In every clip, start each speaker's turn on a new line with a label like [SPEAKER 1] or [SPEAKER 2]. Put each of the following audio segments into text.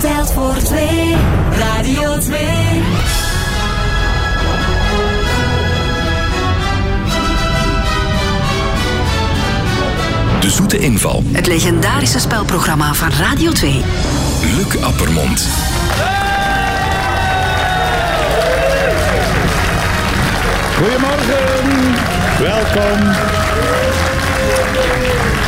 [SPEAKER 1] Geld voor twee. Radio 2.
[SPEAKER 2] De zoete inval.
[SPEAKER 3] Het legendarische spelprogramma van Radio 2.
[SPEAKER 2] Luc Appermond.
[SPEAKER 4] Goedemorgen, welkom.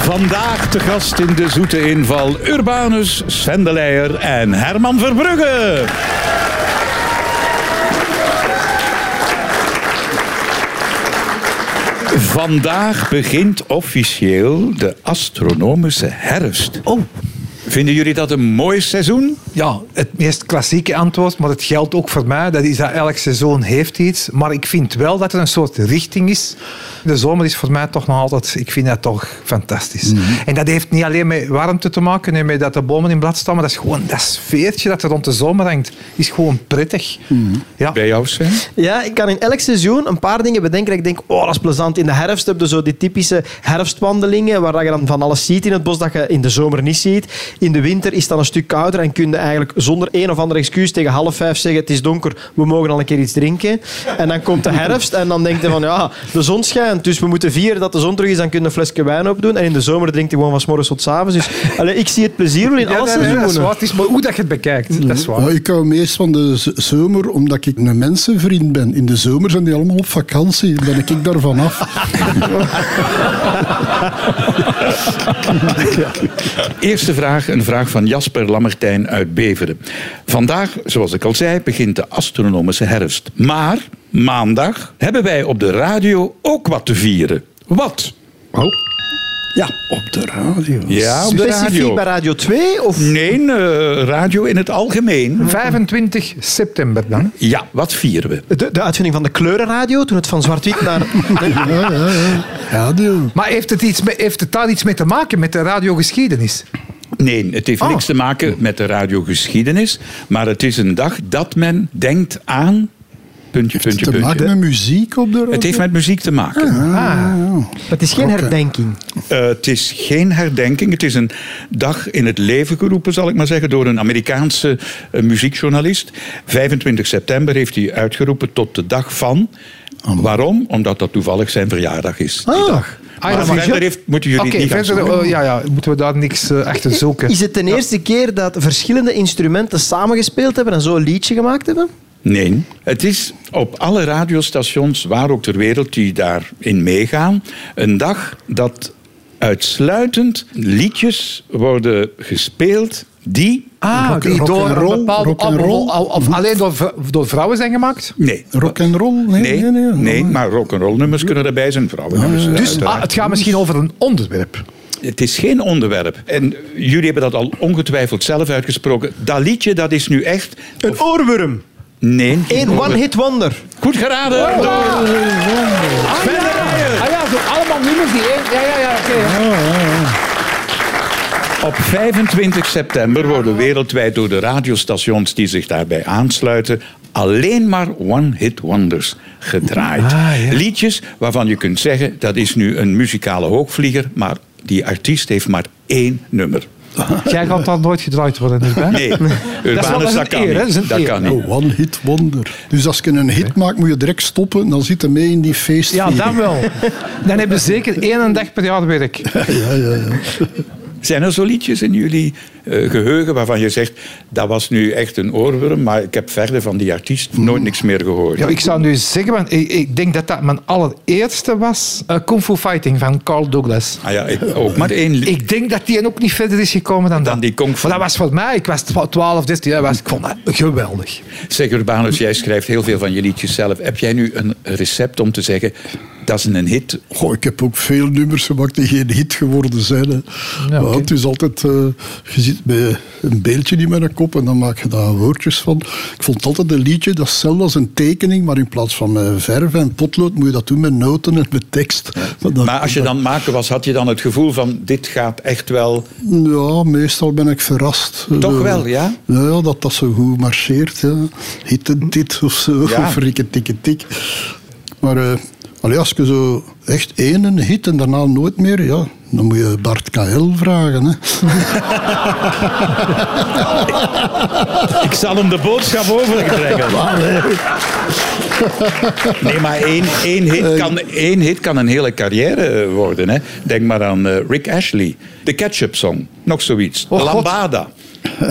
[SPEAKER 4] Vandaag te gast in de zoete inval Urbanus Sendeleyer en Herman Verbrugge. Vandaag begint officieel de astronomische herfst. Oh. Vinden jullie dat een mooi seizoen?
[SPEAKER 5] Ja, het meest klassieke antwoord, maar het geldt ook voor mij. Dat is dat elk seizoen heeft iets. Maar ik vind wel dat er een soort richting is. De zomer is voor mij toch nog altijd... Ik vind dat toch fantastisch. En dat heeft niet alleen met warmte te maken en met dat de bomen in blad staan. Maar dat is gewoon dat sfeertje dat er rond de zomer hangt. Is gewoon prettig. Ja.
[SPEAKER 4] Bij jou, Sven?
[SPEAKER 6] Ja, ik kan in elk seizoen een paar dingen bedenken. Dat ik denk, oh, dat is plezant. In de herfst heb je zo die typische herfstwandelingen. Waar dat je dan van alles ziet in het bos dat je in de zomer niet ziet. In de winter is het dan een stuk kouder. En kun je eigenlijk zonder een of ander excuus tegen half vijf zeggen: Het is donker, we mogen al een keer iets drinken. En dan komt de herfst. En dan denk je van ja, de zon schijnt. Dus we moeten vieren dat de zon terug is. Dan kun je een flesje wijn opdoen. En in de zomer drinkt hij gewoon van 's morgens tot 's avonds. Dus allee, ik zie het plezier wel in
[SPEAKER 5] Ja,
[SPEAKER 6] alle
[SPEAKER 5] dat, dat is
[SPEAKER 6] seizoenen.
[SPEAKER 5] waar. Het is maar hoe dat je het bekijkt. Dat is waar.
[SPEAKER 7] Ja, ik hou meest van de z- zomer, omdat ik een mensenvriend ben. In de zomer zijn die allemaal op vakantie. Dan ben ik daar vanaf.
[SPEAKER 4] Eerste vraag, een vraag van Jasper Lammertijn uit Beveren. Vandaag, zoals ik al zei, begint de astronomische herfst. Maar maandag hebben wij op de radio ook wat te vieren. Wat?
[SPEAKER 7] Ja, Oh. op de radio.
[SPEAKER 4] Ja, op de
[SPEAKER 6] Specifiek
[SPEAKER 4] radio.
[SPEAKER 6] bij Radio 2? Of
[SPEAKER 4] Nee, eh, radio in het algemeen.
[SPEAKER 5] 25 september dan.
[SPEAKER 4] Ja, wat vieren we?
[SPEAKER 6] de, de uitvinding van de kleurenradio? Toen het van zwart-wit naar.
[SPEAKER 7] Ja, ja, ja. Radio.
[SPEAKER 5] Maar heeft het, iets met, heeft het daar iets mee te maken met de radiogeschiedenis?
[SPEAKER 4] Nee, het heeft
[SPEAKER 5] Oh.
[SPEAKER 4] niks te maken met de radiogeschiedenis. Maar het is een dag dat men denkt aan... Puntje, puntje,
[SPEAKER 7] Te maken
[SPEAKER 4] puntje.
[SPEAKER 7] met muziek op de radio.
[SPEAKER 4] Het heeft met muziek te maken.
[SPEAKER 6] Het is geen herdenking.
[SPEAKER 4] Eh, het is geen herdenking. Het is een dag in het leven geroepen, zal ik maar zeggen, door een Amerikaanse eh, muziekjournalist. 25 september heeft hij uitgeroepen tot de dag van. Waarom? Omdat dat toevallig zijn verjaardag is. die
[SPEAKER 6] Oh.
[SPEAKER 4] dag.
[SPEAKER 5] Ah,
[SPEAKER 4] Maar
[SPEAKER 5] ja, maar-
[SPEAKER 4] verder heeft, moeten jullie
[SPEAKER 5] Oké,
[SPEAKER 4] het niet gaan
[SPEAKER 5] verder,
[SPEAKER 4] zoeken.
[SPEAKER 5] eh, ja, ja, moeten we daar niks eh, achter zoeken.
[SPEAKER 6] Is het de eerste keer dat verschillende instrumenten samengespeeld hebben en zo een liedje gemaakt hebben?
[SPEAKER 4] Nee. Het is op alle radiostations, waar ook ter wereld, die daarin meegaan, een dag dat uitsluitend liedjes worden gespeeld die...
[SPEAKER 5] Ah,
[SPEAKER 7] Rock-
[SPEAKER 5] die
[SPEAKER 7] rock
[SPEAKER 5] door
[SPEAKER 7] and
[SPEAKER 5] een
[SPEAKER 7] roll,
[SPEAKER 5] bepaalde
[SPEAKER 7] rock and roll.
[SPEAKER 5] of- of alleen door, v- door vrouwen zijn gemaakt?
[SPEAKER 4] Nee.
[SPEAKER 7] Rock and roll? Nee,
[SPEAKER 4] Nee,
[SPEAKER 7] nee, nee.
[SPEAKER 4] maar rock'n'roll nummers kunnen erbij zijn, vrouwennummers.
[SPEAKER 5] Dus
[SPEAKER 4] uiteraard.
[SPEAKER 5] ah, het gaat misschien over een onderwerp.
[SPEAKER 4] Het is geen onderwerp. En jullie hebben dat al ongetwijfeld zelf uitgesproken. Dat liedje, dat is nu echt...
[SPEAKER 6] Een oorworm.
[SPEAKER 4] Nee.
[SPEAKER 6] Eén one-hit wonder.
[SPEAKER 4] Goed geraden door Sven de Leijer.
[SPEAKER 5] Ah ja, zo allemaal nummers die één... Ja, ja, ja, oké.
[SPEAKER 4] Op 25 september worden wereldwijd door de radiostations die zich daarbij aansluiten alleen maar one-hit wonders gedraaid.
[SPEAKER 5] Ah, ja.
[SPEAKER 4] Liedjes waarvan je kunt zeggen dat is nu een muzikale hoogvlieger, maar die artiest heeft maar één nummer.
[SPEAKER 5] Jij gaat dan nooit gedraaid worden, dus bij?
[SPEAKER 4] Nee, Urbanus, dat kan
[SPEAKER 5] eer, hè? Dat is een
[SPEAKER 4] niet. Dat
[SPEAKER 5] eer.
[SPEAKER 4] kan niet.
[SPEAKER 7] Oh, one hit wonder. Dus als je een hit maakt, moet je direct stoppen. Dan zit je mee in die feest.
[SPEAKER 5] Ja, dan wel. Dan hebben ze zeker één dag per jaar werk.
[SPEAKER 4] Zijn er zo liedjes in jullie eh, geheugen waarvan je zegt dat was nu echt een oorworm, maar ik heb verder van die artiest nooit niks meer gehoord?
[SPEAKER 5] Ja, ik zou nu zeggen, want ik, ik denk dat dat mijn allereerste was. eh, Kung Fu Fighting van Carl Douglas.
[SPEAKER 4] Ah ja, ik, ook maar één lied.
[SPEAKER 5] Ik denk dat die ook niet verder is gekomen dan,
[SPEAKER 4] Dan
[SPEAKER 5] dat.
[SPEAKER 4] die Kung Fu.
[SPEAKER 5] Maar dat was voor mij, ik was 12, 13 jaar, was, ik vond dat geweldig.
[SPEAKER 4] Zeg Urbanus, jij schrijft heel veel van je liedjes zelf. Heb jij nu een recept om te zeggen dat is een hit?
[SPEAKER 7] Goh, ik heb ook veel nummers gemaakt die geen hit geworden zijn. Hè.
[SPEAKER 5] Ja,
[SPEAKER 7] maar
[SPEAKER 5] oké.
[SPEAKER 7] het is altijd, eh, je zit met een beeldje in mijn kop en dan maak je daar woordjes van. Ik vond altijd een liedje, dat is hetzelfde als een tekening, maar in plaats van met verf en potlood moet je dat doen met noten en met tekst. Maar dat-
[SPEAKER 4] Maar als je dan maken was, had je dan het gevoel van dit gaat echt wel...
[SPEAKER 7] Ja, meestal ben ik verrast.
[SPEAKER 4] Toch
[SPEAKER 7] Eh,
[SPEAKER 4] wel, ja?
[SPEAKER 7] Ja, ja, dat dat zo goed marcheert. Ja. Hit en dit of zo,
[SPEAKER 4] Ja.
[SPEAKER 7] of rikke tikke tik. Maar eh, Allee, als je zo echt één hit en daarna nooit meer, ja, dan moet je Bart KL vragen. Hè.
[SPEAKER 4] Ik zal hem de boodschap overbrengen. Nee, maar één, één, hit kan, één hit kan een hele carrière eh, worden. Hè. Denk maar aan eh, Rick Ashley, de Ketchup Song, nog zoiets.
[SPEAKER 6] Oh, God.
[SPEAKER 4] Lambada.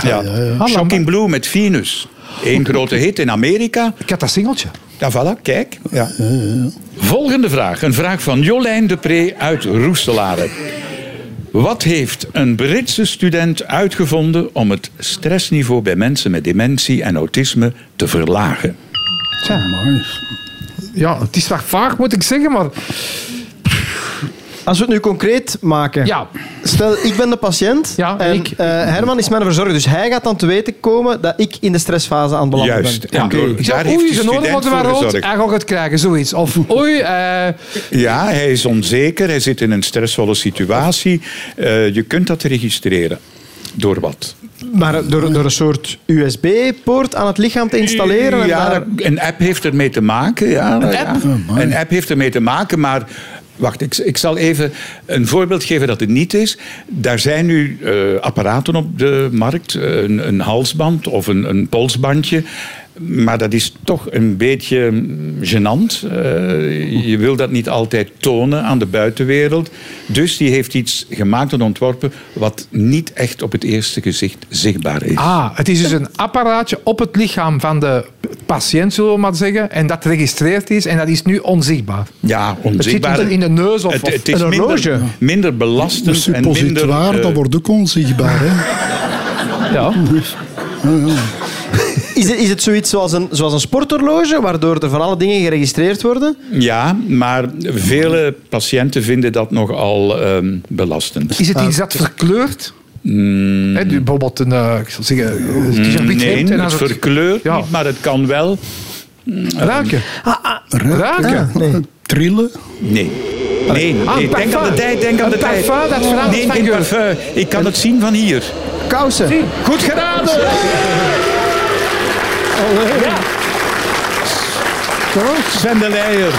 [SPEAKER 4] Ja.
[SPEAKER 5] Ah,
[SPEAKER 4] Shocking Blue met Venus. Eén grote hit in Amerika.
[SPEAKER 5] Ik had dat singeltje.
[SPEAKER 4] Ja, voilà, kijk. Ja. Volgende vraag. Een vraag van Jolijn de Pre uit Roestelaren. Wat heeft een Britse student uitgevonden om het stressniveau bij mensen met dementie en autisme te verlagen?
[SPEAKER 5] Ja, het is wat vaag, moet ik zeggen, maar
[SPEAKER 6] Als we het nu concreet maken.
[SPEAKER 5] ja.
[SPEAKER 6] Stel, ik ben de patiënt
[SPEAKER 5] Ja,
[SPEAKER 6] en
[SPEAKER 5] ik.
[SPEAKER 6] eh, Herman is mijn verzorger. Dus hij gaat dan te weten komen dat ik in de stressfase aan het belanden
[SPEAKER 4] Juist.
[SPEAKER 6] ben.
[SPEAKER 4] Ja,
[SPEAKER 5] Ja,
[SPEAKER 4] door-
[SPEAKER 5] ik
[SPEAKER 4] daar
[SPEAKER 5] zeg,
[SPEAKER 4] heeft
[SPEAKER 5] oei,
[SPEAKER 4] die
[SPEAKER 5] zijn oren
[SPEAKER 4] student
[SPEAKER 5] worden
[SPEAKER 4] voor
[SPEAKER 5] maar rood,
[SPEAKER 4] gezorgd.
[SPEAKER 5] hij gaat het krijgen, zoiets. Of oei, eh,
[SPEAKER 4] Ja, hij is onzeker, hij zit in een stressvolle situatie. Eh, je kunt dat registreren. Door wat?
[SPEAKER 6] Maar door, door een soort USB-poort aan het lichaam te installeren. en
[SPEAKER 4] Ja,
[SPEAKER 6] daar-
[SPEAKER 4] een app heeft ermee te maken. Ja, een,
[SPEAKER 5] app?
[SPEAKER 4] een app heeft ermee te maken, maar... Wacht, ik, ik zal even een voorbeeld geven dat het niet is. Daar zijn nu eh, apparaten op de markt, eh, een, een halsband of een, een polsbandje. Maar dat is toch een beetje mm, gênant. Eh, je wil dat niet altijd tonen aan de buitenwereld. Dus die heeft iets gemaakt en ontworpen wat niet echt op het eerste gezicht zichtbaar is.
[SPEAKER 5] Ah, het is dus een apparaatje op het lichaam van de patiënt, zullen we maar zeggen. En dat registreerd is en dat is nu onzichtbaar.
[SPEAKER 4] Ja,
[SPEAKER 5] Het zit
[SPEAKER 4] onzichtbaar.
[SPEAKER 5] misschien in de neus of,
[SPEAKER 4] Het,
[SPEAKER 5] of
[SPEAKER 4] het is
[SPEAKER 5] een horloge. Dus
[SPEAKER 4] minder, minder
[SPEAKER 7] Een
[SPEAKER 4] belastend en minder...
[SPEAKER 7] suppositoire,
[SPEAKER 4] eh,
[SPEAKER 7] Dus dat wordt ook onzichtbaar. Hè. Dus
[SPEAKER 5] Ja.
[SPEAKER 6] Is het, is het zoiets zoals een, zoals een sporthorloge, waardoor er van alle dingen geregistreerd worden?
[SPEAKER 4] Ja, maar vele patiënten vinden dat nogal ehm, belastend.
[SPEAKER 5] Is het iets dat verkleurt? Hè, dus bijvoorbeeld een, eh, ik zal zeggen, eh, het is een wit
[SPEAKER 4] mm. Nee,
[SPEAKER 5] hemd en
[SPEAKER 4] het
[SPEAKER 5] als het
[SPEAKER 4] verkleurt
[SPEAKER 5] Ja.
[SPEAKER 4] niet, maar het kan wel...
[SPEAKER 5] ruiken.
[SPEAKER 4] Ah,
[SPEAKER 5] Ruiken.
[SPEAKER 7] Trillen.
[SPEAKER 4] Nee. Nee,
[SPEAKER 5] Ah,
[SPEAKER 4] nee.
[SPEAKER 5] een
[SPEAKER 4] denk aan de
[SPEAKER 5] parfum.
[SPEAKER 4] tijd, denk aan
[SPEAKER 5] Een
[SPEAKER 4] de tijd.
[SPEAKER 5] parfum dat verandert
[SPEAKER 4] Nee,
[SPEAKER 5] van
[SPEAKER 4] geen
[SPEAKER 5] geur.
[SPEAKER 4] parfum. Ik kan het zien van hier.
[SPEAKER 6] Kousen.
[SPEAKER 4] Goed geraden! Sven de Leijer.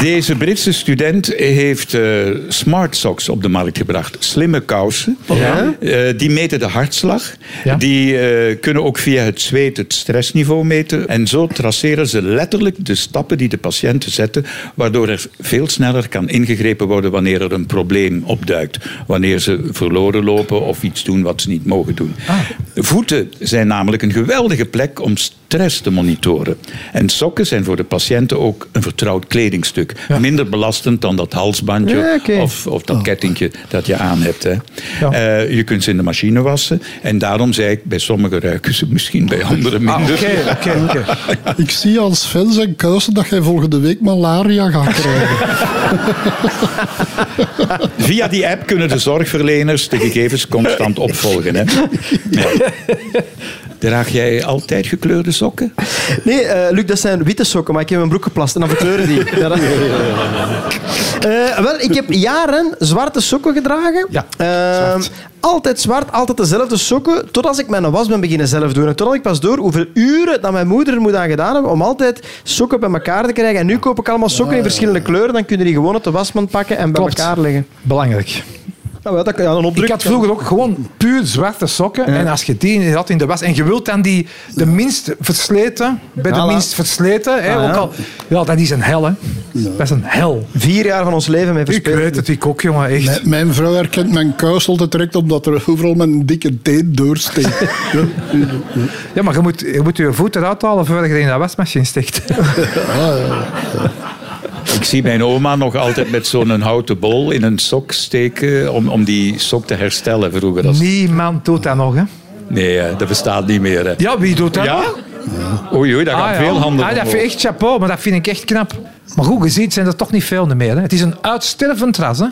[SPEAKER 4] Deze Britse student heeft eh, smart socks op de markt gebracht. Slimme kousen.
[SPEAKER 5] Ja.
[SPEAKER 4] Eh, die meten de hartslag.
[SPEAKER 5] Ja.
[SPEAKER 4] Die eh, kunnen ook via het zweet het stressniveau meten. En zo traceren ze letterlijk de stappen die de patiënten zetten. Waardoor er veel sneller kan ingegrepen worden wanneer er een probleem opduikt. Wanneer ze verloren lopen of iets doen wat ze niet mogen doen.
[SPEAKER 6] Ah.
[SPEAKER 4] Voeten zijn namelijk een geweldige plek om stress te monitoren. En sokken zijn voor de patiënten ook een vertrouwd kledingstuk. Minder belastend dan dat halsbandje
[SPEAKER 6] Ja, oké.
[SPEAKER 4] of, of dat kettingje dat je aan hebt. Hè.
[SPEAKER 5] Oh. Ja.
[SPEAKER 4] Eh, je kunt ze in de machine wassen. En daarom zei ik, bij sommigen ruiken ze misschien, bij anderen
[SPEAKER 5] Ah,
[SPEAKER 4] minder.
[SPEAKER 5] Oké, oké, oké.
[SPEAKER 7] Ik zie aan Sven zijn kousen dat jij volgende week malaria gaat krijgen.
[SPEAKER 4] Via die app kunnen de zorgverleners de gegevens constant opvolgen. Hè. Ja. Draag jij altijd gekleurde sokken?
[SPEAKER 6] Nee, eh, Luc, dat zijn witte sokken, maar ik heb in mijn broek geplast en dan verkleuren die. Ja, dat- Eh, wel, ik heb jaren zwarte sokken gedragen.
[SPEAKER 5] Ja,
[SPEAKER 6] Eh, Altijd zwart, altijd dezelfde sokken, totdat ik mijn was ben beginnen zelf doen. En totdat ik pas door hoeveel uren dat mijn moeder er moet aan gedaan hebben om altijd sokken bij elkaar te krijgen. En nu koop ik allemaal sokken in verschillende kleuren, dan kunnen die gewoon uit de wasmand pakken en bij
[SPEAKER 5] Eh. Klopt.
[SPEAKER 6] elkaar leggen.
[SPEAKER 5] Belangrijk.
[SPEAKER 6] Nou, wel, dat kan, ja, dan opdruk.
[SPEAKER 5] Ik had vroeger ook gewoon puur zwarte sokken. En als je die had in de was... En je wilt dan die de minst versleten... Bij de
[SPEAKER 6] Voilà.
[SPEAKER 5] minst versleten. Hè,
[SPEAKER 6] Ah,
[SPEAKER 5] ook
[SPEAKER 6] ja.
[SPEAKER 5] al, ja, dat is een hel, hè. Dat is een hel.
[SPEAKER 6] vier jaar van ons leven mee
[SPEAKER 5] Ik
[SPEAKER 6] verspeeld.
[SPEAKER 5] weet het, ik ook, jongen. Echt.
[SPEAKER 7] Mijn, mijn vrouw herkent mijn kous altijd direct omdat er overal mijn dikke teen doorsteekt. Ja.
[SPEAKER 5] Ja, maar je moet je, moet je voet eruit halen voordat je in dat wasmachine steekt.
[SPEAKER 4] Ik zie mijn oma nog altijd met zo'n houten bol in een sok steken om, om die sok te herstellen vroeger. Als...
[SPEAKER 5] Niemand doet dat nog, hè.
[SPEAKER 4] Nee, hè, dat bestaat niet meer. Hè.
[SPEAKER 5] Ja, wie doet dat
[SPEAKER 4] Ja?
[SPEAKER 5] nog?
[SPEAKER 4] Oei, oei, daar gaan
[SPEAKER 5] Ah, ja.
[SPEAKER 4] veel handen
[SPEAKER 5] ah, dat
[SPEAKER 4] omhoog.
[SPEAKER 5] vind ik echt chapeau, maar dat vind ik echt knap. Maar goed, je ziet, zijn er toch niet veel meer. Hè? Het is een uitstervend ras. Hè?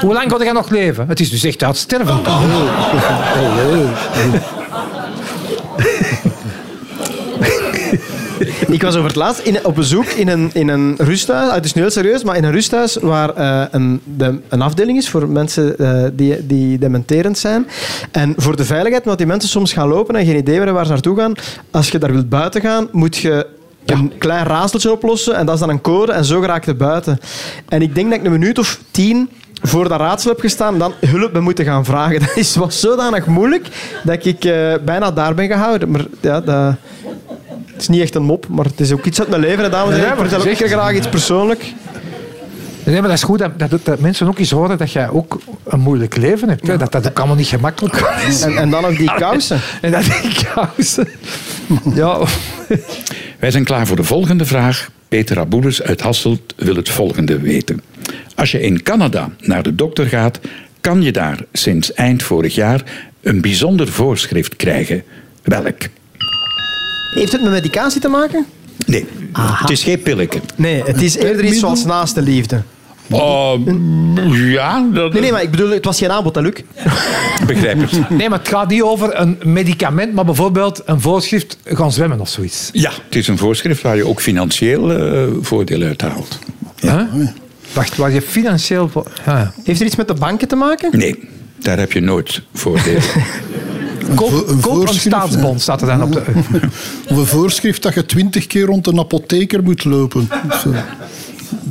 [SPEAKER 5] Hoe lang gaat hij nog leven? Het is dus echt uitstervend.
[SPEAKER 6] Ik was over het laatst in, op bezoek in een, in een rusthuis. Ah, het is nu heel serieus, maar in een rusthuis waar eh, een, de- een afdeling is voor mensen eh, die, die dementerend zijn. En voor de veiligheid, want die mensen soms gaan lopen en geen idee hebben waar ze naartoe gaan. Als je daar wilt buiten gaan, moet je een klein raadseltje oplossen en dat is dan een code en zo geraakt het buiten. En ik denk dat ik een minuut of tien voor dat raadsel heb gestaan en dan hulp ben moeten gaan vragen. Dat is, was zodanig moeilijk dat ik eh, bijna daar ben gehouden. Maar ja, dat... Het is niet echt een mop, maar het is ook iets uit mijn leven, hè, dames en
[SPEAKER 5] Ja,
[SPEAKER 6] heren. Ik
[SPEAKER 5] maar
[SPEAKER 6] vertel ook
[SPEAKER 5] gezegd.
[SPEAKER 6] keer graag iets persoonlijk.
[SPEAKER 5] Nee, maar dat is goed dat, dat, dat mensen ook eens horen dat jij ook een moeilijk leven hebt. hè. Dat dat ook allemaal niet gemakkelijk is.
[SPEAKER 6] En, en dan ook die kousen.
[SPEAKER 5] En dat ik kousen. Ja,
[SPEAKER 4] Wij zijn klaar voor de volgende vraag. Peter Aboulus uit Hasselt wil het volgende weten. Als je in Canada naar de dokter gaat, kan je daar sinds eind vorig jaar een bijzonder voorschrift krijgen. Welk?
[SPEAKER 6] Heeft het met medicatie te maken?
[SPEAKER 4] Nee, het is geen pilletje.
[SPEAKER 6] Nee, het is eerder iets zoals naast de liefde.
[SPEAKER 4] Oh, ja, dat
[SPEAKER 6] Nee, nee, maar ik bedoel, het was geen aanbod, hè, Luc?
[SPEAKER 4] begrijp ik.
[SPEAKER 5] nee, maar het gaat niet over een medicament, maar bijvoorbeeld een voorschrift gaan zwemmen of zoiets.
[SPEAKER 4] Ja, het is een voorschrift waar je ook financieel eh, voordeel uit haalt.
[SPEAKER 5] Hè? Wacht, waar je financieel... voor- Ja.
[SPEAKER 6] Heeft er iets met de banken te maken?
[SPEAKER 4] Nee, daar heb je nooit voordeel.
[SPEAKER 5] Koop,
[SPEAKER 7] vo- een
[SPEAKER 5] koop een
[SPEAKER 7] voorschrift,
[SPEAKER 5] staatsbond,
[SPEAKER 7] ja.
[SPEAKER 5] staat er dan op de...
[SPEAKER 7] Of een voorschrift dat je twintig keer rond een apotheker moet lopen. Zo.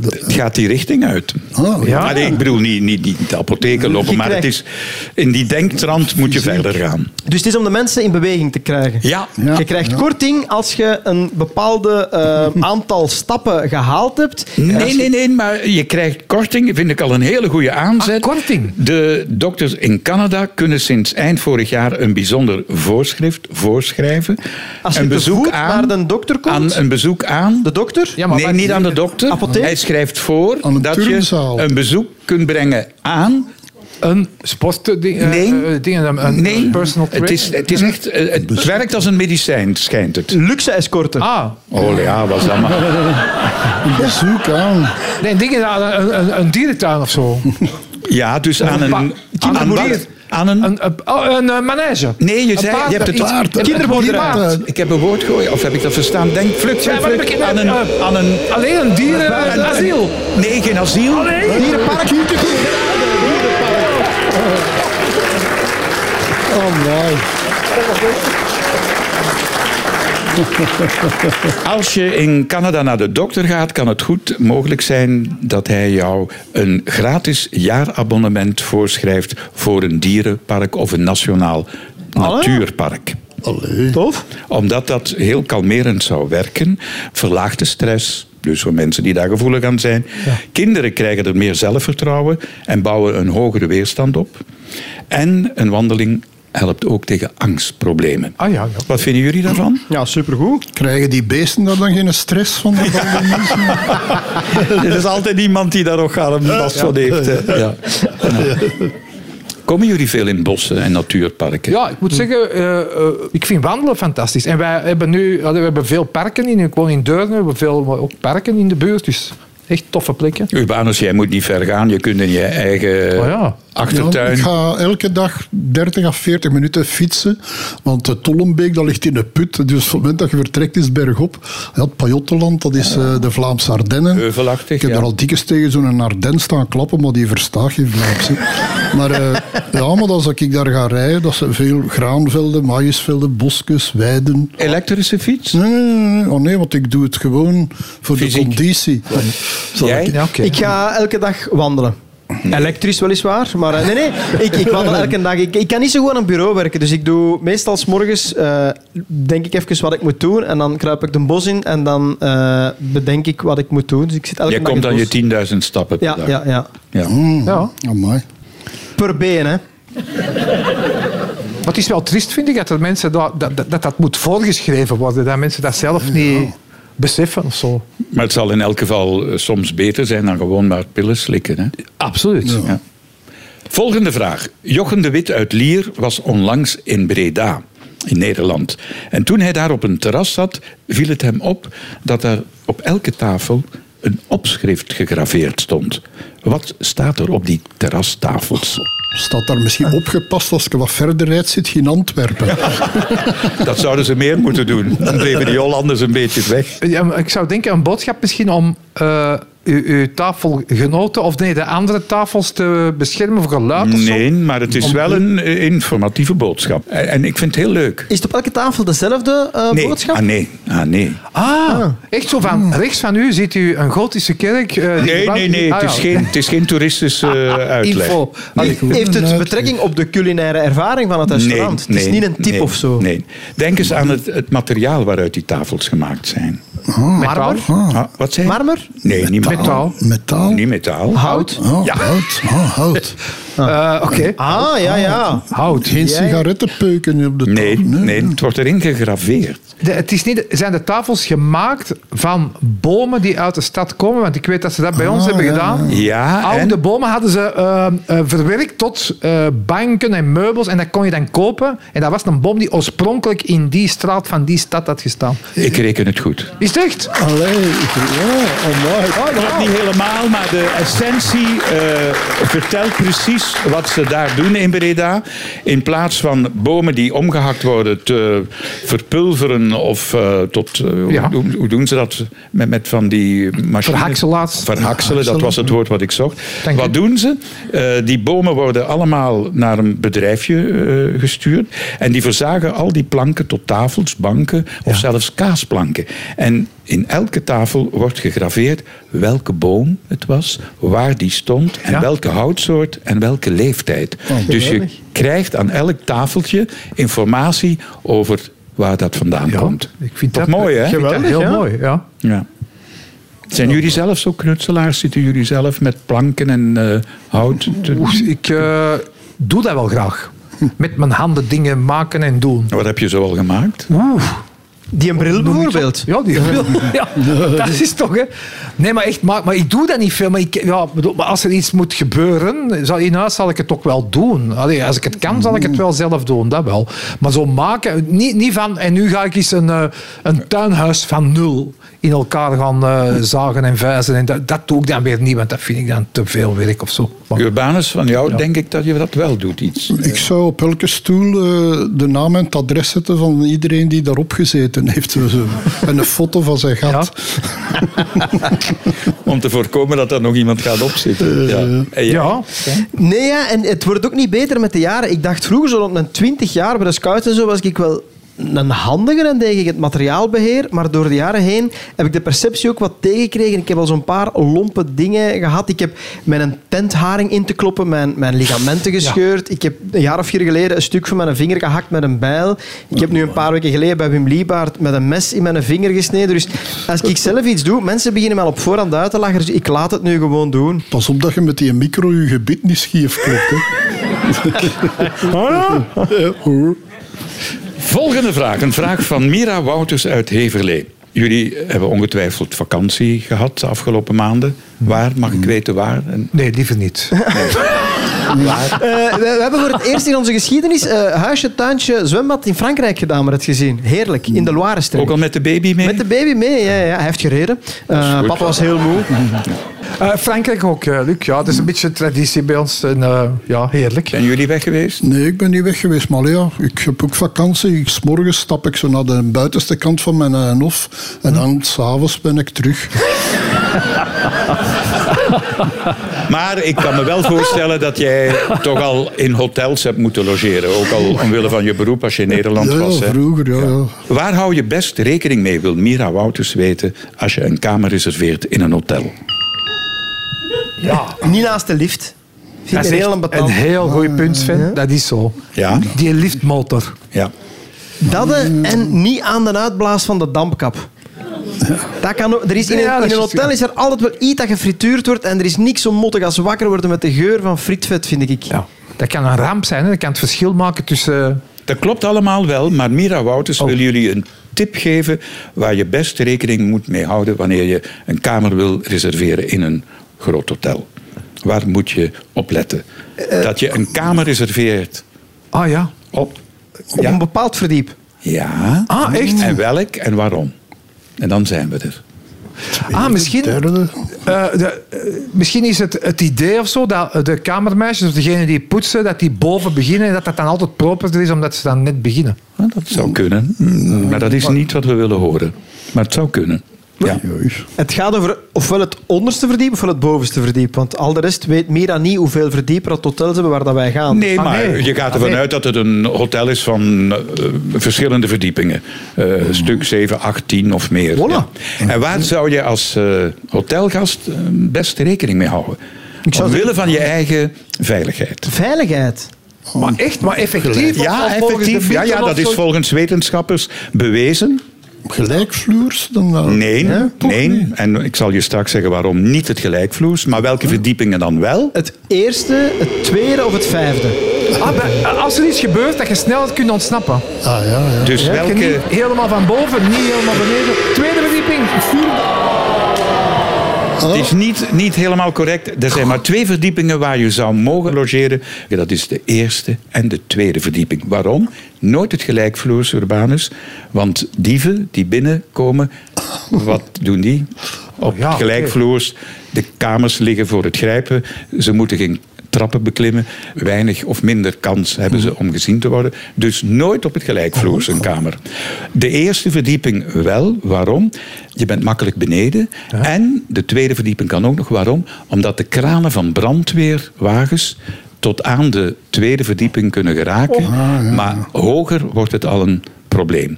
[SPEAKER 4] het gaat die richting uit.
[SPEAKER 7] Ah,
[SPEAKER 5] Ja.
[SPEAKER 4] Allee, ik bedoel, niet, niet, niet de apotheker lopen,
[SPEAKER 6] Je
[SPEAKER 4] maar het
[SPEAKER 6] krijgt-
[SPEAKER 4] is, in die denktrand moet je verder gaan.
[SPEAKER 6] Dus het is om de mensen in beweging te krijgen.
[SPEAKER 4] Ja.
[SPEAKER 7] Ja.
[SPEAKER 6] Je krijgt korting als je een bepaalde eh, aantal stappen gehaald hebt.
[SPEAKER 4] Nee, nee, nee, maar je krijgt korting. Vind ik al een hele goede aanzet.
[SPEAKER 5] Ah, korting.
[SPEAKER 4] De dokters in Canada kunnen sinds eind vorig jaar een bijzonder voorschrift voorschrijven.
[SPEAKER 6] Als je
[SPEAKER 4] een
[SPEAKER 6] te voet naar de dokter komt?
[SPEAKER 4] Aan, een bezoek aan.
[SPEAKER 6] De dokter?
[SPEAKER 5] Ja, maar
[SPEAKER 4] nee,
[SPEAKER 5] wat-
[SPEAKER 4] niet aan de dokter.
[SPEAKER 6] Apotheek?
[SPEAKER 4] Hij schrijft voor
[SPEAKER 7] Aan een
[SPEAKER 4] dat je
[SPEAKER 7] turnzaal.
[SPEAKER 4] een bezoek kunt brengen aan.
[SPEAKER 5] Een sportding... eh,
[SPEAKER 4] Nee.
[SPEAKER 5] eh, dingen, een, een
[SPEAKER 4] nee,
[SPEAKER 5] personal
[SPEAKER 4] het is,
[SPEAKER 5] trainer.
[SPEAKER 4] het is echt. eh, Het werkt als een medicijn, schijnt het.
[SPEAKER 6] Luxe escorten.
[SPEAKER 5] Ah,
[SPEAKER 4] Oh ja, was dat maar.
[SPEAKER 7] Een bezoek aan.
[SPEAKER 5] nee, dingen, aan een, een, een dierentuin of zo.
[SPEAKER 4] Ja, dus aan
[SPEAKER 5] Een
[SPEAKER 4] een.
[SPEAKER 5] pa-
[SPEAKER 4] aan, wat?
[SPEAKER 5] kinderboerderij.
[SPEAKER 4] aan een.
[SPEAKER 5] Een, een, oh, een eh, manege.
[SPEAKER 4] Nee, je,
[SPEAKER 5] Een
[SPEAKER 4] zei,
[SPEAKER 5] paard-
[SPEAKER 4] je hebt het
[SPEAKER 5] iets-
[SPEAKER 7] paard.
[SPEAKER 5] een kinderboerderij.
[SPEAKER 7] Paard.
[SPEAKER 4] Ik heb een woord gooien, of heb ik dat verstaan? Denk vlug,
[SPEAKER 5] Ja,
[SPEAKER 4] vlug,
[SPEAKER 5] maar
[SPEAKER 4] vlug.
[SPEAKER 5] ik-
[SPEAKER 4] Aan een,
[SPEAKER 5] eh,
[SPEAKER 4] aan een,
[SPEAKER 5] Alleen een dieren... Een asiel.
[SPEAKER 4] nee, geen asiel.
[SPEAKER 7] Dierenpark. Oh, my.
[SPEAKER 4] Als je in Canada naar de dokter gaat, kan het goed mogelijk zijn dat hij jou een gratis jaarabonnement voorschrijft voor een dierenpark of een nationaal natuurpark.
[SPEAKER 7] Allee.
[SPEAKER 6] Tof.
[SPEAKER 4] Omdat dat heel kalmerend zou werken, verlaagt de stress. Dus voor mensen die daar gevoelig aan zijn. Kinderen krijgen er meer zelfvertrouwen en bouwen een hogere weerstand op. En een wandeling helpt ook tegen angstproblemen.
[SPEAKER 5] Ah ja, ja.
[SPEAKER 4] Wat vinden jullie daarvan?
[SPEAKER 6] Ja, supergoed.
[SPEAKER 7] Krijgen die beesten daar dan geen stress van?
[SPEAKER 4] er is altijd iemand die daar nog aan last van heeft. hè. Ja. Ja. Komen jullie veel in bossen en natuurparken?
[SPEAKER 5] Ja, ik moet zeggen, eh, eh, ik vind wandelen fantastisch. En wij hebben nu allee, we hebben veel parken in. Ik woon in Deurne, we hebben veel ook parken in de buurt. Dus echt toffe plekken.
[SPEAKER 4] Urbanus, jij moet niet ver gaan. Je kunt in je eigen
[SPEAKER 5] Oh ja.
[SPEAKER 7] Ja,
[SPEAKER 4] achtertuin.
[SPEAKER 7] ik ga elke dag 30 à 40 minuten fietsen. Want de Tollenbeek dat ligt in de put. Dus op het moment dat je vertrekt is bergop. Ja, het Pajottenland, dat is eh, de Vlaamse Ardennen.
[SPEAKER 4] Heuvelachtig,
[SPEAKER 7] Ik heb
[SPEAKER 4] ja.
[SPEAKER 7] daar al dikjes tegen zo'n Arden staan klappen, maar die verstaat geen Vlaams. hè. maar eh, ja, maar als ik daar ga rijden, dat zijn veel graanvelden, maïsvelden, bosjes, weiden.
[SPEAKER 4] Elektrische fiets?
[SPEAKER 7] Nee, nee, nee, nee. Oh nee, want ik doe het gewoon voor
[SPEAKER 4] Fysiek.
[SPEAKER 7] de conditie. Zal
[SPEAKER 4] Jij?
[SPEAKER 7] ik-
[SPEAKER 5] Ja, oké.
[SPEAKER 6] Ik ga elke dag wandelen. Elektrisch weliswaar, maar eh, nee, nee. Ik, ik wandel elke dag. Ik, ik kan niet zo goed aan een bureau werken, dus ik doe meestal 's morgens eh, denk ik even wat ik moet doen en dan kruip ik de bos in en dan eh, bedenk ik wat ik moet doen. Dus ik zit elke
[SPEAKER 4] Jij
[SPEAKER 6] dag
[SPEAKER 4] komt
[SPEAKER 6] in
[SPEAKER 4] aan
[SPEAKER 6] het bos.
[SPEAKER 4] je 10.000 stappen per
[SPEAKER 6] Ja,
[SPEAKER 4] dag.
[SPEAKER 6] ja, ja.
[SPEAKER 4] Ja.
[SPEAKER 5] Ja.
[SPEAKER 7] Amai.
[SPEAKER 6] Per been, hè.
[SPEAKER 5] Maar het is wel triest, vind ik, dat er mensen dat, dat, dat, dat moet voorgeschreven worden. Dat mensen dat zelf niet beseffen of zo.
[SPEAKER 4] Maar het zal in elk geval eh, soms beter zijn dan gewoon maar pillen slikken. Hè?
[SPEAKER 5] Absoluut.
[SPEAKER 4] Ja. Volgende vraag. Jochen de Wit uit Lier was onlangs in Breda, in Nederland. En toen hij daar op een terras zat, viel het hem op dat er op elke tafel een opschrift gegraveerd stond. Wat staat er op die terrastafels?
[SPEAKER 7] Staat daar misschien opgepast als je wat verder rijdt, zit je in Antwerpen.
[SPEAKER 4] Dat zouden ze meer moeten doen. Dan bleven die Hollanders een beetje weg.
[SPEAKER 5] Ja, maar ik zou denken, een boodschap misschien om eh, uw, uw tafelgenoten of nee, de andere tafels te beschermen voor geluid of zo?
[SPEAKER 4] Nee, maar het is
[SPEAKER 5] Om-
[SPEAKER 4] wel een eh, informatieve boodschap. En en ik vind het heel leuk.
[SPEAKER 6] Is het op elke tafel dezelfde eh,
[SPEAKER 4] Nee,
[SPEAKER 6] boodschap?
[SPEAKER 4] ah, nee, ah, nee.
[SPEAKER 5] Ah, echt zo van rechts van u ziet u een gotische kerk. eh, die
[SPEAKER 4] Nee,
[SPEAKER 5] gebouwd-
[SPEAKER 4] nee, nee.
[SPEAKER 5] Ah,
[SPEAKER 4] Het is
[SPEAKER 5] ja.
[SPEAKER 4] geen, het is geen toeristische eh, uitleg.
[SPEAKER 5] Info.
[SPEAKER 7] Nee, goed.
[SPEAKER 6] Heeft het
[SPEAKER 7] Nee.
[SPEAKER 6] betrekking op de culinaire ervaring van het restaurant? het is niet een tip
[SPEAKER 4] nee,
[SPEAKER 6] of zo.
[SPEAKER 4] Nee. Denk eens aan het, het materiaal waaruit die tafels gemaakt zijn.
[SPEAKER 6] Marmer?
[SPEAKER 4] Ah, wat zei je?
[SPEAKER 6] Marmer?
[SPEAKER 4] Nee, niet metaal.
[SPEAKER 5] Metaal.
[SPEAKER 7] Metaal?
[SPEAKER 4] Niet metaal.
[SPEAKER 6] Hout?
[SPEAKER 7] Oh, hout. Oh, hout.
[SPEAKER 5] Eh, Oké.
[SPEAKER 6] Ah, ja, ja.
[SPEAKER 5] Hout.
[SPEAKER 7] Geen sigarettenpeuken op de
[SPEAKER 4] Nee,
[SPEAKER 7] tafel,
[SPEAKER 4] nee, het wordt erin gegraveerd.
[SPEAKER 5] De- het is niet, zijn de tafels gemaakt van bomen die uit de stad komen? Want ik weet dat ze dat bij ons
[SPEAKER 7] Ah,
[SPEAKER 5] hebben
[SPEAKER 7] ja,
[SPEAKER 5] gedaan.
[SPEAKER 4] Ja, en?
[SPEAKER 5] Oude bomen hadden ze eh, eh, verwerkt tot eh, banken en meubels. En dat kon je dan kopen. En dat was een boom die oorspronkelijk in die straat van die stad had gestaan.
[SPEAKER 4] Ik reken het goed.
[SPEAKER 5] Is het echt?
[SPEAKER 7] Allee, ik- ja, amai.
[SPEAKER 4] Klopt Oh, niet helemaal, maar de essentie eh, vertelt precies wat ze daar doen in Breda. In plaats van bomen die omgehakt worden te verpulveren of eh, tot... eh, hoe-
[SPEAKER 5] Ja.
[SPEAKER 4] hoe, hoe doen ze dat met, met van die machines?
[SPEAKER 5] Verhakselaars.
[SPEAKER 4] Verhakselen, dat was het woord wat ik zocht.
[SPEAKER 5] Dank
[SPEAKER 4] wat
[SPEAKER 5] u.
[SPEAKER 4] doen ze? Eh, die bomen worden allemaal naar een bedrijfje eh, gestuurd. En die verzagen al die planken tot tafels, banken of zelfs kaasplanken. En in elke tafel wordt gegraveerd welke boom het was, waar die stond en
[SPEAKER 5] Ja.
[SPEAKER 4] welke houtsoort en welke leeftijd. dus je krijgt aan elk tafeltje informatie over waar dat vandaan komt.
[SPEAKER 5] Ik vind
[SPEAKER 4] Toch
[SPEAKER 5] dat eh,
[SPEAKER 4] mooi, hè?
[SPEAKER 5] Ik vind dat
[SPEAKER 6] Geweldig,
[SPEAKER 5] heel
[SPEAKER 6] ja.
[SPEAKER 5] mooi, ja.
[SPEAKER 4] Ja. Zijn jullie zelf zo knutselaars? Zitten jullie zelf met planken en eh, hout? te-
[SPEAKER 5] Oeh, Ik eh, doe dat wel graag. Met mijn handen dingen maken en doen.
[SPEAKER 4] Wat heb je zo al gemaakt?
[SPEAKER 5] Oeh.
[SPEAKER 6] Die een bril bijvoorbeeld.
[SPEAKER 5] Ja, die ja, dat is toch, hè? Nee, maar echt, maar, maar ik doe dat niet veel. Maar, ik, ja, bedoel, maar als er iets moet gebeuren, zal, in huis zal ik het toch wel doen. Allee, als ik het kan, zal ik het wel zelf doen, dat wel. Maar zo maken, niet, niet van, en nu ga ik eens een, eh, een tuinhuis van nul in elkaar gaan eh, zagen en vijzen. En dat, dat doe ik dan weer niet, want dat vind ik dan te veel werk of zo. Maar-
[SPEAKER 4] Urbanus, van jou denk ik dat je dat wel doet, iets.
[SPEAKER 7] Ik zou op elke stoel eh, de naam en het adres zetten van iedereen die daarop gezeten heeft. Zo, zo. En een foto van zijn gat.
[SPEAKER 4] Om te voorkomen dat daar nog iemand gaat opzitten. Eh, Ja. En jij?
[SPEAKER 5] ja.
[SPEAKER 6] Nee, ja, en het wordt ook niet beter met de jaren. Ik dacht vroeger, zo rond mijn 20 jaar bij de scouts en zo, was ik wel een handiger en deed ik het materiaalbeheer. Maar door de jaren heen heb ik de perceptie ook wat tegengekregen. Ik heb al zo'n paar lompe dingen gehad. Ik heb mijn tentharing in te kloppen, mijn, mijn ligamenten gescheurd. Ik heb een jaar of vier geleden een stuk van mijn vinger gehakt met een bijl. Ik heb nu een paar weken geleden bij Wim Liebaard met een mes in mijn vinger gesneden. Dus als ik zelf iets doe, mensen beginnen me al op voorhand uit te lachen. Dus ik laat het nu gewoon doen.
[SPEAKER 7] Pas op dat je met die micro je gebit niet schief klopt. Hè. Eh, hoor.
[SPEAKER 4] Volgende vraag. Een vraag van Mira Wouters uit Heverlee. Jullie hebben ongetwijfeld vakantie gehad de afgelopen maanden. Waar? Mag ik weten waar? En
[SPEAKER 5] Nee, liever niet.
[SPEAKER 6] Eh, we, we hebben voor het eerst in onze geschiedenis eh, huisje, tuintje, zwembad in Frankrijk gedaan met het gezin. Heerlijk, in de Loire-streek.
[SPEAKER 4] ook al met de baby mee?
[SPEAKER 6] Met de baby mee, ja, ja. hij heeft gereden. Eh,
[SPEAKER 4] goed.
[SPEAKER 6] papa was heel moe.
[SPEAKER 5] Eh, Frankrijk ook, eh, Luc. Ja, het is een beetje traditie bij ons. En, eh, ja, heerlijk.
[SPEAKER 4] Zijn jullie weg geweest?
[SPEAKER 7] Nee, ik ben niet weg geweest. Maar ja, ik heb ook vakantie. Ik, 's morgens stap ik zo naar de buitenste kant van mijn eh, hof. En dan s'avonds ben ik terug.
[SPEAKER 4] Maar ik kan me wel voorstellen dat jij toch al in hotels hebt moeten logeren. Ook al omwille van je beroep als je in Nederland
[SPEAKER 7] Ja,
[SPEAKER 4] was. Hè?
[SPEAKER 7] ja, vroeger, ja. ja.
[SPEAKER 4] Waar hou je best rekening mee, wil Mira Wouters weten, als je een kamer reserveert in een hotel?
[SPEAKER 5] Ja.
[SPEAKER 6] Niet naast de lift. Vind
[SPEAKER 5] Dat
[SPEAKER 6] ik
[SPEAKER 5] is
[SPEAKER 6] heel
[SPEAKER 5] echt een
[SPEAKER 6] ambetant.
[SPEAKER 5] heel goed punt, Sven. Dat is zo.
[SPEAKER 4] Ja.
[SPEAKER 5] Die liftmotor.
[SPEAKER 4] Ja.
[SPEAKER 6] Dat eh, en niet aan de uitblaas van de dampkap. Dat kan, ook- er is in, een,
[SPEAKER 5] Ja, dat
[SPEAKER 6] in een
[SPEAKER 5] is-
[SPEAKER 6] hotel is er altijd wel iets dat gefrituurd wordt en er is niks zo mottig als wakker worden met de geur van frietvet, vind ik.
[SPEAKER 5] Ja. Dat kan een ramp zijn. Hè. Dat kan het verschil maken tussen...
[SPEAKER 4] Dat klopt allemaal wel, maar Mira Wouters wil jullie een tip geven waar je best rekening moet mee houden wanneer je een kamer wil reserveren in een groot hotel. Waar moet je op letten? Dat je een kamer reserveert
[SPEAKER 5] Ah ja.
[SPEAKER 4] op...
[SPEAKER 6] Op een bepaald verdiep.
[SPEAKER 4] Ja.
[SPEAKER 5] Ah, echt?
[SPEAKER 4] En welk en waarom? En dan zijn we er.
[SPEAKER 5] Ah, misschien, eh,
[SPEAKER 7] Derde.
[SPEAKER 5] de, eh, misschien is het het idee of zo dat eh, de kamermeisjes of degene die poetsen, dat die boven beginnen en dat dat dan altijd proper is omdat ze dan net beginnen.
[SPEAKER 4] Ah, Nou, dat zou kunnen, maar dat is niet wat we willen horen. Maar het zou kunnen.
[SPEAKER 7] Ah,
[SPEAKER 4] Ja.
[SPEAKER 7] Juist.
[SPEAKER 6] Het gaat over ofwel het onderste verdiep ofwel het bovenste verdiep. Want al de rest weet meer dan niet hoeveel verdiepen dat hotels hebben waar dat wij gaan.
[SPEAKER 4] Nee,
[SPEAKER 6] Ah,
[SPEAKER 4] maar je gaat
[SPEAKER 6] Ah,
[SPEAKER 4] ervan
[SPEAKER 6] nee.
[SPEAKER 4] uit dat het een hotel is van eh, verschillende verdiepingen. Eh, Stuk 7, 8, 10 of meer.
[SPEAKER 6] Voilà.
[SPEAKER 4] En waar zou je als eh, hotelgast eh, best rekening mee houden?
[SPEAKER 6] Ik zou
[SPEAKER 4] Omwille van je eigen veiligheid.
[SPEAKER 6] Veiligheid.
[SPEAKER 5] Maar echt, maar effectief.
[SPEAKER 4] Ja,
[SPEAKER 5] of volgens de
[SPEAKER 4] effectief. Ja, ja,
[SPEAKER 5] Beatles
[SPEAKER 4] dat
[SPEAKER 5] of
[SPEAKER 4] is
[SPEAKER 5] zo?
[SPEAKER 4] volgens wetenschappers bewezen.
[SPEAKER 7] Gelijkvloers dan wel?
[SPEAKER 4] Nee,
[SPEAKER 7] Oh. Toch
[SPEAKER 4] nee.
[SPEAKER 7] niet?
[SPEAKER 4] En ik zal je straks zeggen waarom niet het gelijkvloers, maar welke verdiepingen dan wel?
[SPEAKER 6] Het eerste, het tweede of het vijfde.
[SPEAKER 5] Ah, bij- als er iets gebeurt, dat je snel kunt ontsnappen.
[SPEAKER 7] Ah ja, ja.
[SPEAKER 4] Dus
[SPEAKER 5] Ja, dat je
[SPEAKER 4] welke...
[SPEAKER 5] niet helemaal van boven, niet helemaal beneden. Tweede verdieping.
[SPEAKER 4] Het is niet, niet helemaal correct. Er zijn maar twee verdiepingen waar je zou mogen logeren. Ja, dat is de eerste en de tweede verdieping. Waarom? Nooit het gelijkvloers urbanus. Want dieven die binnenkomen, wat doen die? Op
[SPEAKER 5] ja,
[SPEAKER 4] het gelijkvloers. De kamers liggen voor het grijpen. Ze moeten geen trappen beklimmen. Weinig of minder kans hebben ze om gezien te worden. Dus nooit op het gelijkvloers een kamer. De eerste verdieping wel. Waarom? Je bent makkelijk beneden. En de tweede verdieping kan ook nog. Waarom? Omdat de kranen van brandweerwagens tot aan de tweede verdieping kunnen geraken. Maar hoger wordt het al een probleem.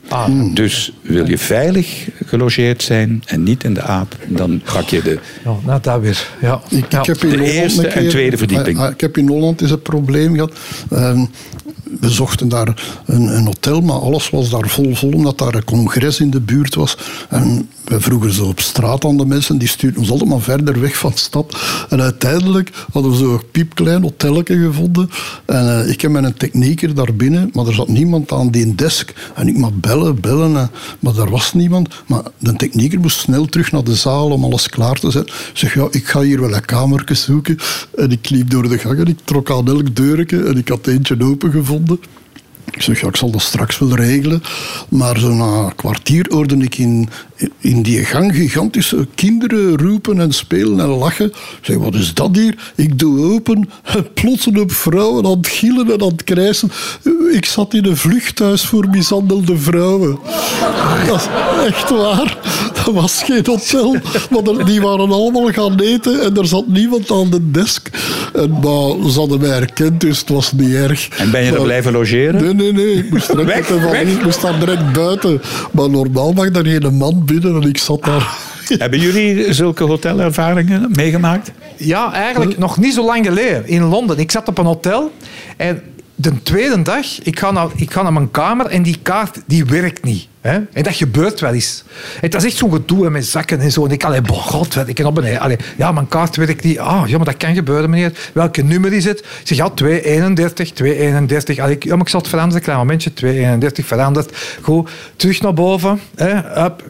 [SPEAKER 4] Dus wil je veilig gelogeerd zijn en niet in de aap, dan pak je de
[SPEAKER 5] Ja, nou, daar weer. Ja.
[SPEAKER 7] Ik, ik
[SPEAKER 5] Ja.
[SPEAKER 7] heb in
[SPEAKER 4] nou, De
[SPEAKER 7] Holland
[SPEAKER 4] eerste
[SPEAKER 7] een
[SPEAKER 4] en
[SPEAKER 7] keer-
[SPEAKER 4] tweede verdieping.
[SPEAKER 7] Ah, ah, ik heb in Holland eens een probleem gehad. Ehm, we zochten daar een, een hotel, maar alles was daar vol, vol, omdat daar een congres in de buurt was. En we vroegen zo op straat aan de mensen, die stuurden ons altijd maar verder weg van de stad. En uiteindelijk hadden we zo'n piepklein hotelletje gevonden. En eh, ik heb met een technieker daar binnen, maar er zat niemand aan die desk. En ik mag bellen, bellen, eh, maar er was niemand. Maar de technieker moest snel terug naar de zaal om alles klaar te zetten. Ik zeg, ja, ik ga hier wel een kamertje zoeken. En ik liep door de gang en ik trok aan elk deurtje en ik had eentje open gevonden. Ik zeg, ja, ik zal dat straks wel regelen. Maar zo na een kwartier hoorde ik in, in die gang gigantische kinderen roepen en spelen en lachen. Ik zeg, wat is dat hier? Ik doe open en plots een vrouwen aan het gillen en aan het krijsen. Ik zat in een vluchthuis voor mishandelde vrouwen. Dat is echt waar. Dat was geen hotel. Want er- die waren allemaal gaan eten en er zat niemand aan de desk. En, maar ze hadden mij herkend, dus het was niet erg.
[SPEAKER 4] En ben je er
[SPEAKER 7] Maar-
[SPEAKER 4] blijven logeren?
[SPEAKER 7] Nee, nee, nee. Ik moest, direct
[SPEAKER 4] Weg,
[SPEAKER 7] met de
[SPEAKER 4] weg.
[SPEAKER 7] familie- ik moest daar direct buiten. Maar normaal mag daar geen man binnen en ik zat daar.
[SPEAKER 4] Hebben jullie zulke hotelervaringen meegemaakt?
[SPEAKER 5] Ja, eigenlijk nog niet zo lang geleden in Londen. Ik zat op een hotel en de tweede dag, ik ga naar, ik ga naar mijn kamer en die kaart die werkt niet. Hè? En dat gebeurt wel eens. En dat is echt zo'n gedoe hè, met zakken en zo. En ik, allee, boh, god, wat, ik kan op en allee, Ja, mijn kaart werkt niet. Ah, ja, maar dat kan gebeuren, meneer. Welke nummer is het? Ik zeg, ja, 231, 231. Allee, ik, ja, maar ik zal het veranderen, klein momentje. 231, veranderd. Goed, terug naar boven. Hè? Up.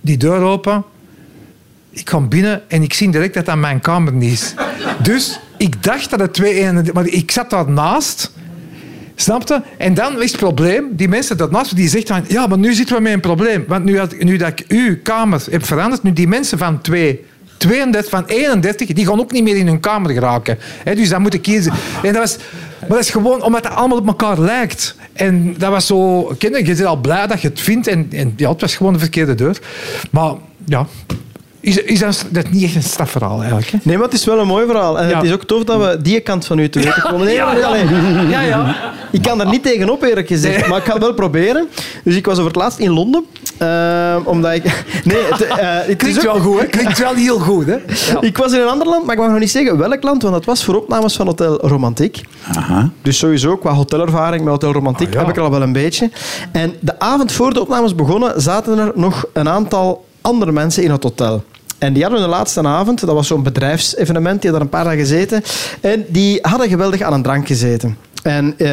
[SPEAKER 5] Die deur open. Ik kom binnen en ik zie direct dat dat mijn kamer niet is. Dus ik dacht dat het 231... Maar ik zat daarnaast. Snapte? En dan is het probleem, die mensen daarnaast, die zegt van... Ja, maar nu zitten we met een probleem. Want nu, had, nu dat ik uw kamer heb veranderd, nu die mensen van 2... 32 van 31, die gaan ook niet meer in hun kamer geraken. Hè, dus dan moet ik kiezen. En dat was, maar dat is gewoon omdat het allemaal op elkaar lijkt. En dat was zo... Ken je, je bent al blij dat je het vindt. En, en ja, het was gewoon de verkeerde deur. Maar ja, is, is dat, dat is niet echt een strafverhaal eigenlijk? Hè?
[SPEAKER 6] Nee, maar het is wel een mooi verhaal. En
[SPEAKER 5] Ja.
[SPEAKER 6] het is ook tof dat we die kant van u te weten komen. Nee, maar allee,
[SPEAKER 5] Ja, ja.
[SPEAKER 6] Ik kan daar niet tegenop, eerlijk gezegd. Maar ik ga het wel proberen. Dus ik was over het laatst in Londen. eh, omdat ik... Nee, het, eh, het is
[SPEAKER 5] Klinkt
[SPEAKER 6] ook-
[SPEAKER 5] wel goed, hè? Klinkt wel heel goed, hè?
[SPEAKER 6] Ik was in een ander land, maar ik mag nog niet zeggen welk land, want dat was voor opnames van Hotel Romantiek.
[SPEAKER 4] Aha.
[SPEAKER 6] Dus sowieso, qua hotelervaring met Hotel Romantiek
[SPEAKER 5] Ah, ja.
[SPEAKER 6] heb ik er al wel een beetje. En de avond voor de opnames begonnen, zaten er nog een aantal andere mensen in het hotel. En die hadden de laatste avond, dat was zo'n bedrijfsevenement, die hadden er een paar dagen gezeten. En die hadden geweldig aan een drank gezeten. En eh,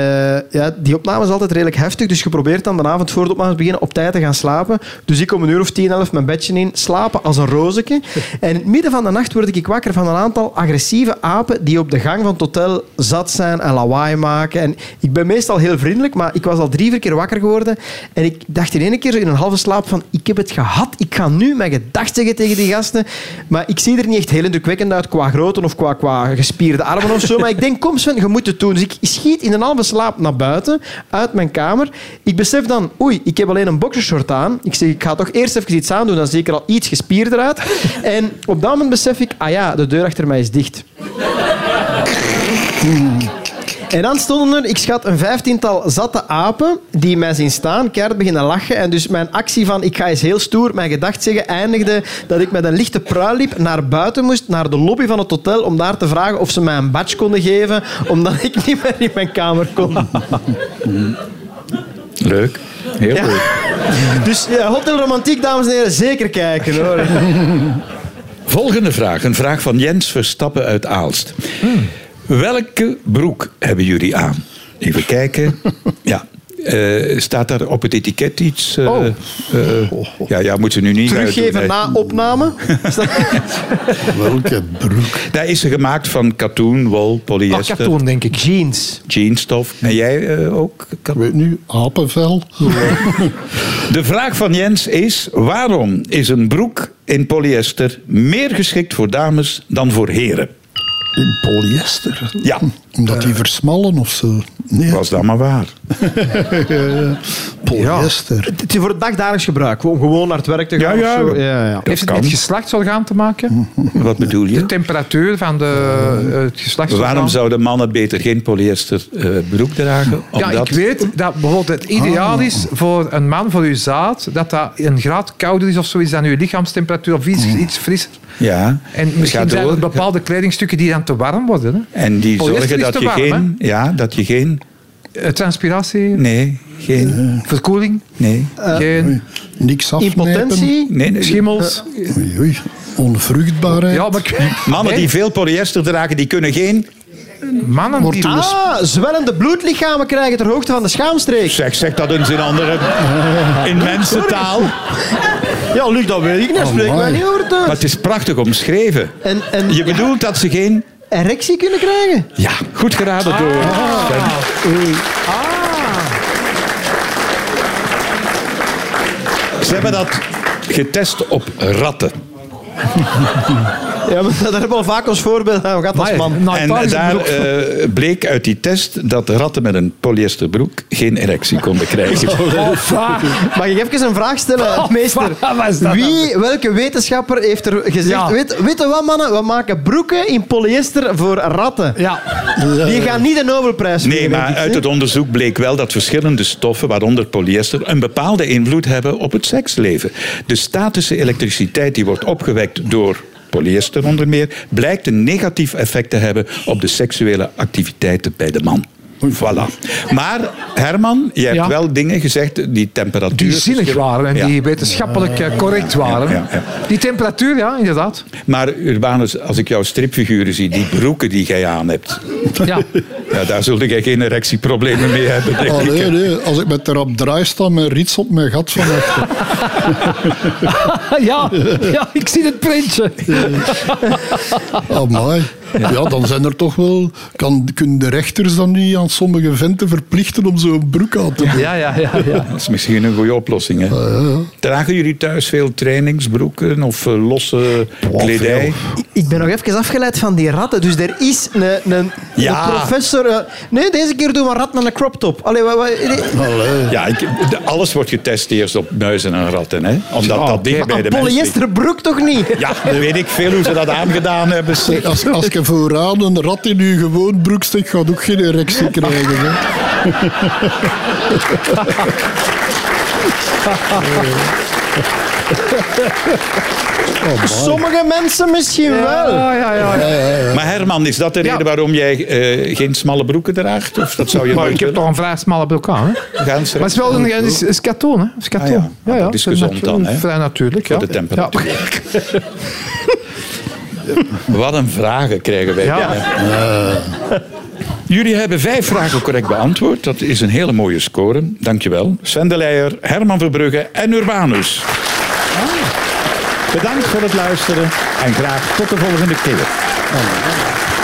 [SPEAKER 6] ja, die opname is altijd redelijk heftig, dus je probeert dan de avond voor de opnames beginnen op tijd te gaan slapen. Dus ik om een uur of tien, elf mijn bedje in, slapen als een rozeke. En in het midden van de nacht word ik wakker van een aantal agressieve apen die op de gang van het hotel zat zijn en lawaai maken. En ik ben meestal heel vriendelijk, maar ik was al drie, vier keer wakker geworden. En ik dacht in één keer, zo in een halve slaap, van ik heb het gehad. Ik ga nu mijn gedachten zeggen tegen die gasten. Maar ik zie er niet echt heel indrukwekkend uit qua grootte of qua, qua gespierde armen of zo. Maar ik denk, kom Sven, je moet het doen. Dus ik schiet echt in een halve slaap naar buiten, uit mijn kamer. Ik besef dan, oei, ik heb alleen een boxershort aan. Ik zeg, ik ga toch eerst even iets aandoen, dan zie ik er al iets gespierder uit. En op dat moment besef ik, ah ja, de deur achter mij is dicht. En dan stonden er, ik schat, een vijftiental zatte apen die mij zien staan, keihard beginnen lachen. En dus mijn actie van ik ga eens heel stoer mijn gedacht zeggen eindigde dat ik met een lichte pruil liep, naar buiten moest, naar de lobby van het hotel, om daar te vragen of ze mij een badge konden geven, omdat ik niet meer in mijn kamer kon.
[SPEAKER 4] Leuk. Heel
[SPEAKER 6] Ja.
[SPEAKER 4] leuk.
[SPEAKER 6] Dus ja, Hotel Romantiek, dames en heren, zeker kijken hoor.
[SPEAKER 4] Volgende vraag. Een vraag van Jens Verstappen uit Aalst. Welke broek hebben jullie aan? Even kijken. ja. Eh, staat daar op het etiket iets? eh,
[SPEAKER 6] Oh.
[SPEAKER 4] eh, ja, ja, moeten nu niet
[SPEAKER 6] Teruggeven
[SPEAKER 4] uitdoen, hè.
[SPEAKER 6] na opname. Is dat-
[SPEAKER 7] Welke broek.
[SPEAKER 4] Daar is ze gemaakt van katoen, wol,
[SPEAKER 5] Pak
[SPEAKER 4] polyester,
[SPEAKER 5] Oh, katoen, denk ik.
[SPEAKER 6] Jeans.
[SPEAKER 4] jeansstof. En jij eh, ook?
[SPEAKER 7] Ik weet nu, apenvel.
[SPEAKER 4] De vraag van Jens is: waarom is een broek in polyester meer geschikt voor dames dan voor heren?
[SPEAKER 7] In polyester.
[SPEAKER 4] Ja.
[SPEAKER 7] Omdat die versmallen of zo. Nee,
[SPEAKER 4] Was dat maar waar?
[SPEAKER 7] polyester.
[SPEAKER 6] Het is voor het dagdagelijks gebruik, om gewoon naar het werk te gaan.
[SPEAKER 4] Ja, ja.
[SPEAKER 6] of zo. ja, ja.
[SPEAKER 4] Dat
[SPEAKER 5] Heeft het
[SPEAKER 4] kan. Hm.
[SPEAKER 5] met geslachtsorgaan te maken?
[SPEAKER 4] Wat bedoel
[SPEAKER 5] De
[SPEAKER 4] je?
[SPEAKER 5] temperatuur van de,
[SPEAKER 4] Hm.
[SPEAKER 5] eh, het geslachtsorgaan?
[SPEAKER 4] Waarom zouden mannen beter geen polyester eh, broek dragen?
[SPEAKER 5] Ja, ik weet dat bijvoorbeeld het ideaal
[SPEAKER 4] Ah.
[SPEAKER 5] is voor een man, voor uw zaad, dat dat een graad kouder is of zoiets dan uw lichaamstemperatuur of iets, iets frisser.
[SPEAKER 4] Ja.
[SPEAKER 5] En misschien
[SPEAKER 4] Ga
[SPEAKER 5] zijn
[SPEAKER 4] Hm. door.
[SPEAKER 5] er bepaalde kledingstukken die dan te warm worden. Hè?
[SPEAKER 4] En die
[SPEAKER 5] Polyester
[SPEAKER 4] zorgen dat
[SPEAKER 5] is te
[SPEAKER 4] je, geen,
[SPEAKER 5] warm,
[SPEAKER 4] ja, dat je geen...
[SPEAKER 5] Eh, Transpiratie,
[SPEAKER 4] Nee, geen...
[SPEAKER 5] verkoeling,
[SPEAKER 4] Nee.
[SPEAKER 5] geen
[SPEAKER 7] Oei, Niks afknijpen.
[SPEAKER 6] Impotentie.
[SPEAKER 4] nee, nee. eh,
[SPEAKER 5] schimmels.
[SPEAKER 7] Oei, oei. Onvruchtbaarheid.
[SPEAKER 5] ja, maar ik-
[SPEAKER 4] Mannen
[SPEAKER 5] Nee,
[SPEAKER 4] die veel polyester dragen, die kunnen geen...
[SPEAKER 5] mannen die...
[SPEAKER 6] Ah, zwellende bloedlichamen krijgen ter hoogte van de schaamstreek.
[SPEAKER 4] Zeg, zeg dat eens in andere... In mensentaal.
[SPEAKER 6] Ja, Luc, dat weet ik niet. Spreek mij
[SPEAKER 7] Amai.
[SPEAKER 6] niet over
[SPEAKER 4] Maar
[SPEAKER 6] thuis.
[SPEAKER 4] het is prachtig omschreven.
[SPEAKER 6] En, en
[SPEAKER 4] Je bedoelt dat ze geen...
[SPEAKER 6] erectie kunnen krijgen?
[SPEAKER 4] Ja, goed
[SPEAKER 5] Ah.
[SPEAKER 4] geraden door. Sven. Ze hebben dat getest op ratten.
[SPEAKER 6] Ja, maar daar hebben we al vaak ons voorbeeld aan gehad als
[SPEAKER 5] Maar-
[SPEAKER 6] man.
[SPEAKER 5] Nou,
[SPEAKER 4] en
[SPEAKER 5] daar is een
[SPEAKER 4] daar
[SPEAKER 5] broek voor.
[SPEAKER 4] eh, bleek uit die test dat ratten met een polyesterbroek geen erectie konden krijgen.
[SPEAKER 5] dus-
[SPEAKER 6] Mag ik even een vraag stellen, meester?
[SPEAKER 5] wat is dat
[SPEAKER 6] Wie, welke wetenschapper heeft er gezegd...
[SPEAKER 5] Ja.
[SPEAKER 6] Weet, weet je wat, mannen? We maken broeken in polyester voor ratten.
[SPEAKER 5] Ja,
[SPEAKER 6] Die gaan niet de Nobelprijs
[SPEAKER 4] Nee,
[SPEAKER 6] winnen,
[SPEAKER 4] maar
[SPEAKER 6] denk ik,
[SPEAKER 4] uit
[SPEAKER 6] hè?
[SPEAKER 4] het onderzoek bleek wel dat verschillende stoffen, waaronder polyester, een bepaalde invloed hebben op het seksleven. De statische elektriciteit die wordt opgewekt door polyester onder meer, blijkt een negatief effect te hebben op de seksuele activiteiten bij de man. Voilà. Maar Herman, je hebt
[SPEAKER 5] Ja.
[SPEAKER 4] wel dingen gezegd die temperatuur...
[SPEAKER 5] die zinnig waren en
[SPEAKER 4] Ja.
[SPEAKER 5] die wetenschappelijk eh, correct waren.
[SPEAKER 4] Ja, ja,
[SPEAKER 5] Die temperatuur, ja, inderdaad.
[SPEAKER 4] Maar Urbanus, als ik jouw stripfiguren zie, die broeken die jij aan hebt,
[SPEAKER 5] Ja.
[SPEAKER 4] ja, daar zul jij geen erectieproblemen mee hebben, denk
[SPEAKER 5] Oh,
[SPEAKER 7] Ah,
[SPEAKER 4] ik.
[SPEAKER 7] nee, nee. Als ik met erop draai, staat mijn rits op mijn gat van achter.
[SPEAKER 5] ja, ja, ik zie het printje.
[SPEAKER 7] Amai. Ja, dan zijn er toch wel... Kan, kunnen de rechters dan niet aan sommige venten verplichten om zo'n broek aan te doen?
[SPEAKER 5] Ja, ja, ja. ja.
[SPEAKER 4] Dat is misschien een goede oplossing. Hè?
[SPEAKER 5] Oh,
[SPEAKER 4] Dragen jullie thuis veel trainingsbroeken of eh, losse
[SPEAKER 5] Oh,
[SPEAKER 4] kledij?
[SPEAKER 6] Ik ben nog even afgeleid van die ratten. Dus er is een, een,
[SPEAKER 4] Ja.
[SPEAKER 6] een professor... eh, Nee, deze keer doen we een rat met een crop top. Allee, wat, eh, wat,
[SPEAKER 7] Allee.
[SPEAKER 4] Ja, ik, de- alles wordt getest eerst op muizen en ratten. Hè? Omdat dat dicht bij de
[SPEAKER 6] een
[SPEAKER 4] mens ligt.
[SPEAKER 6] polyesterbroek toch niet?
[SPEAKER 4] Ja, dan weet ik veel hoe ze dat aangedaan hebben. zeg.
[SPEAKER 7] Als, als je vooraan een rat in je gewoon broekstuk gaat ook geen erectie krijgen. Hè.
[SPEAKER 6] Sommige mensen misschien wel.
[SPEAKER 5] Ja, ja, ja.
[SPEAKER 4] Maar Herman, is dat de reden waarom jij eh, geen smalle broeken draagt? Of dat zou je
[SPEAKER 5] Maar
[SPEAKER 4] nooit
[SPEAKER 5] ik heb
[SPEAKER 4] willen?
[SPEAKER 5] toch een vrij smalle broek aan. Hè?
[SPEAKER 4] Gaan ze-
[SPEAKER 5] Maar het is wel een, het is, het is katoen, hè? Het is katoen.
[SPEAKER 4] Ah, ja. Maar dat is
[SPEAKER 5] het
[SPEAKER 4] gezond
[SPEAKER 5] natu-
[SPEAKER 4] dan, hè?
[SPEAKER 5] Vrij natuurlijk,
[SPEAKER 4] Voor
[SPEAKER 5] ja.
[SPEAKER 4] de temperatuur.
[SPEAKER 5] Ja.
[SPEAKER 4] Wat een vragen krijgen wij.
[SPEAKER 5] Ja.
[SPEAKER 4] binnen. Jullie hebben vijf vragen correct beantwoord. Dat is een hele mooie score. Dankjewel. Sven de Leijer, Herman Verbrugge en Urbanus. Bedankt voor het luisteren en graag tot de volgende keer.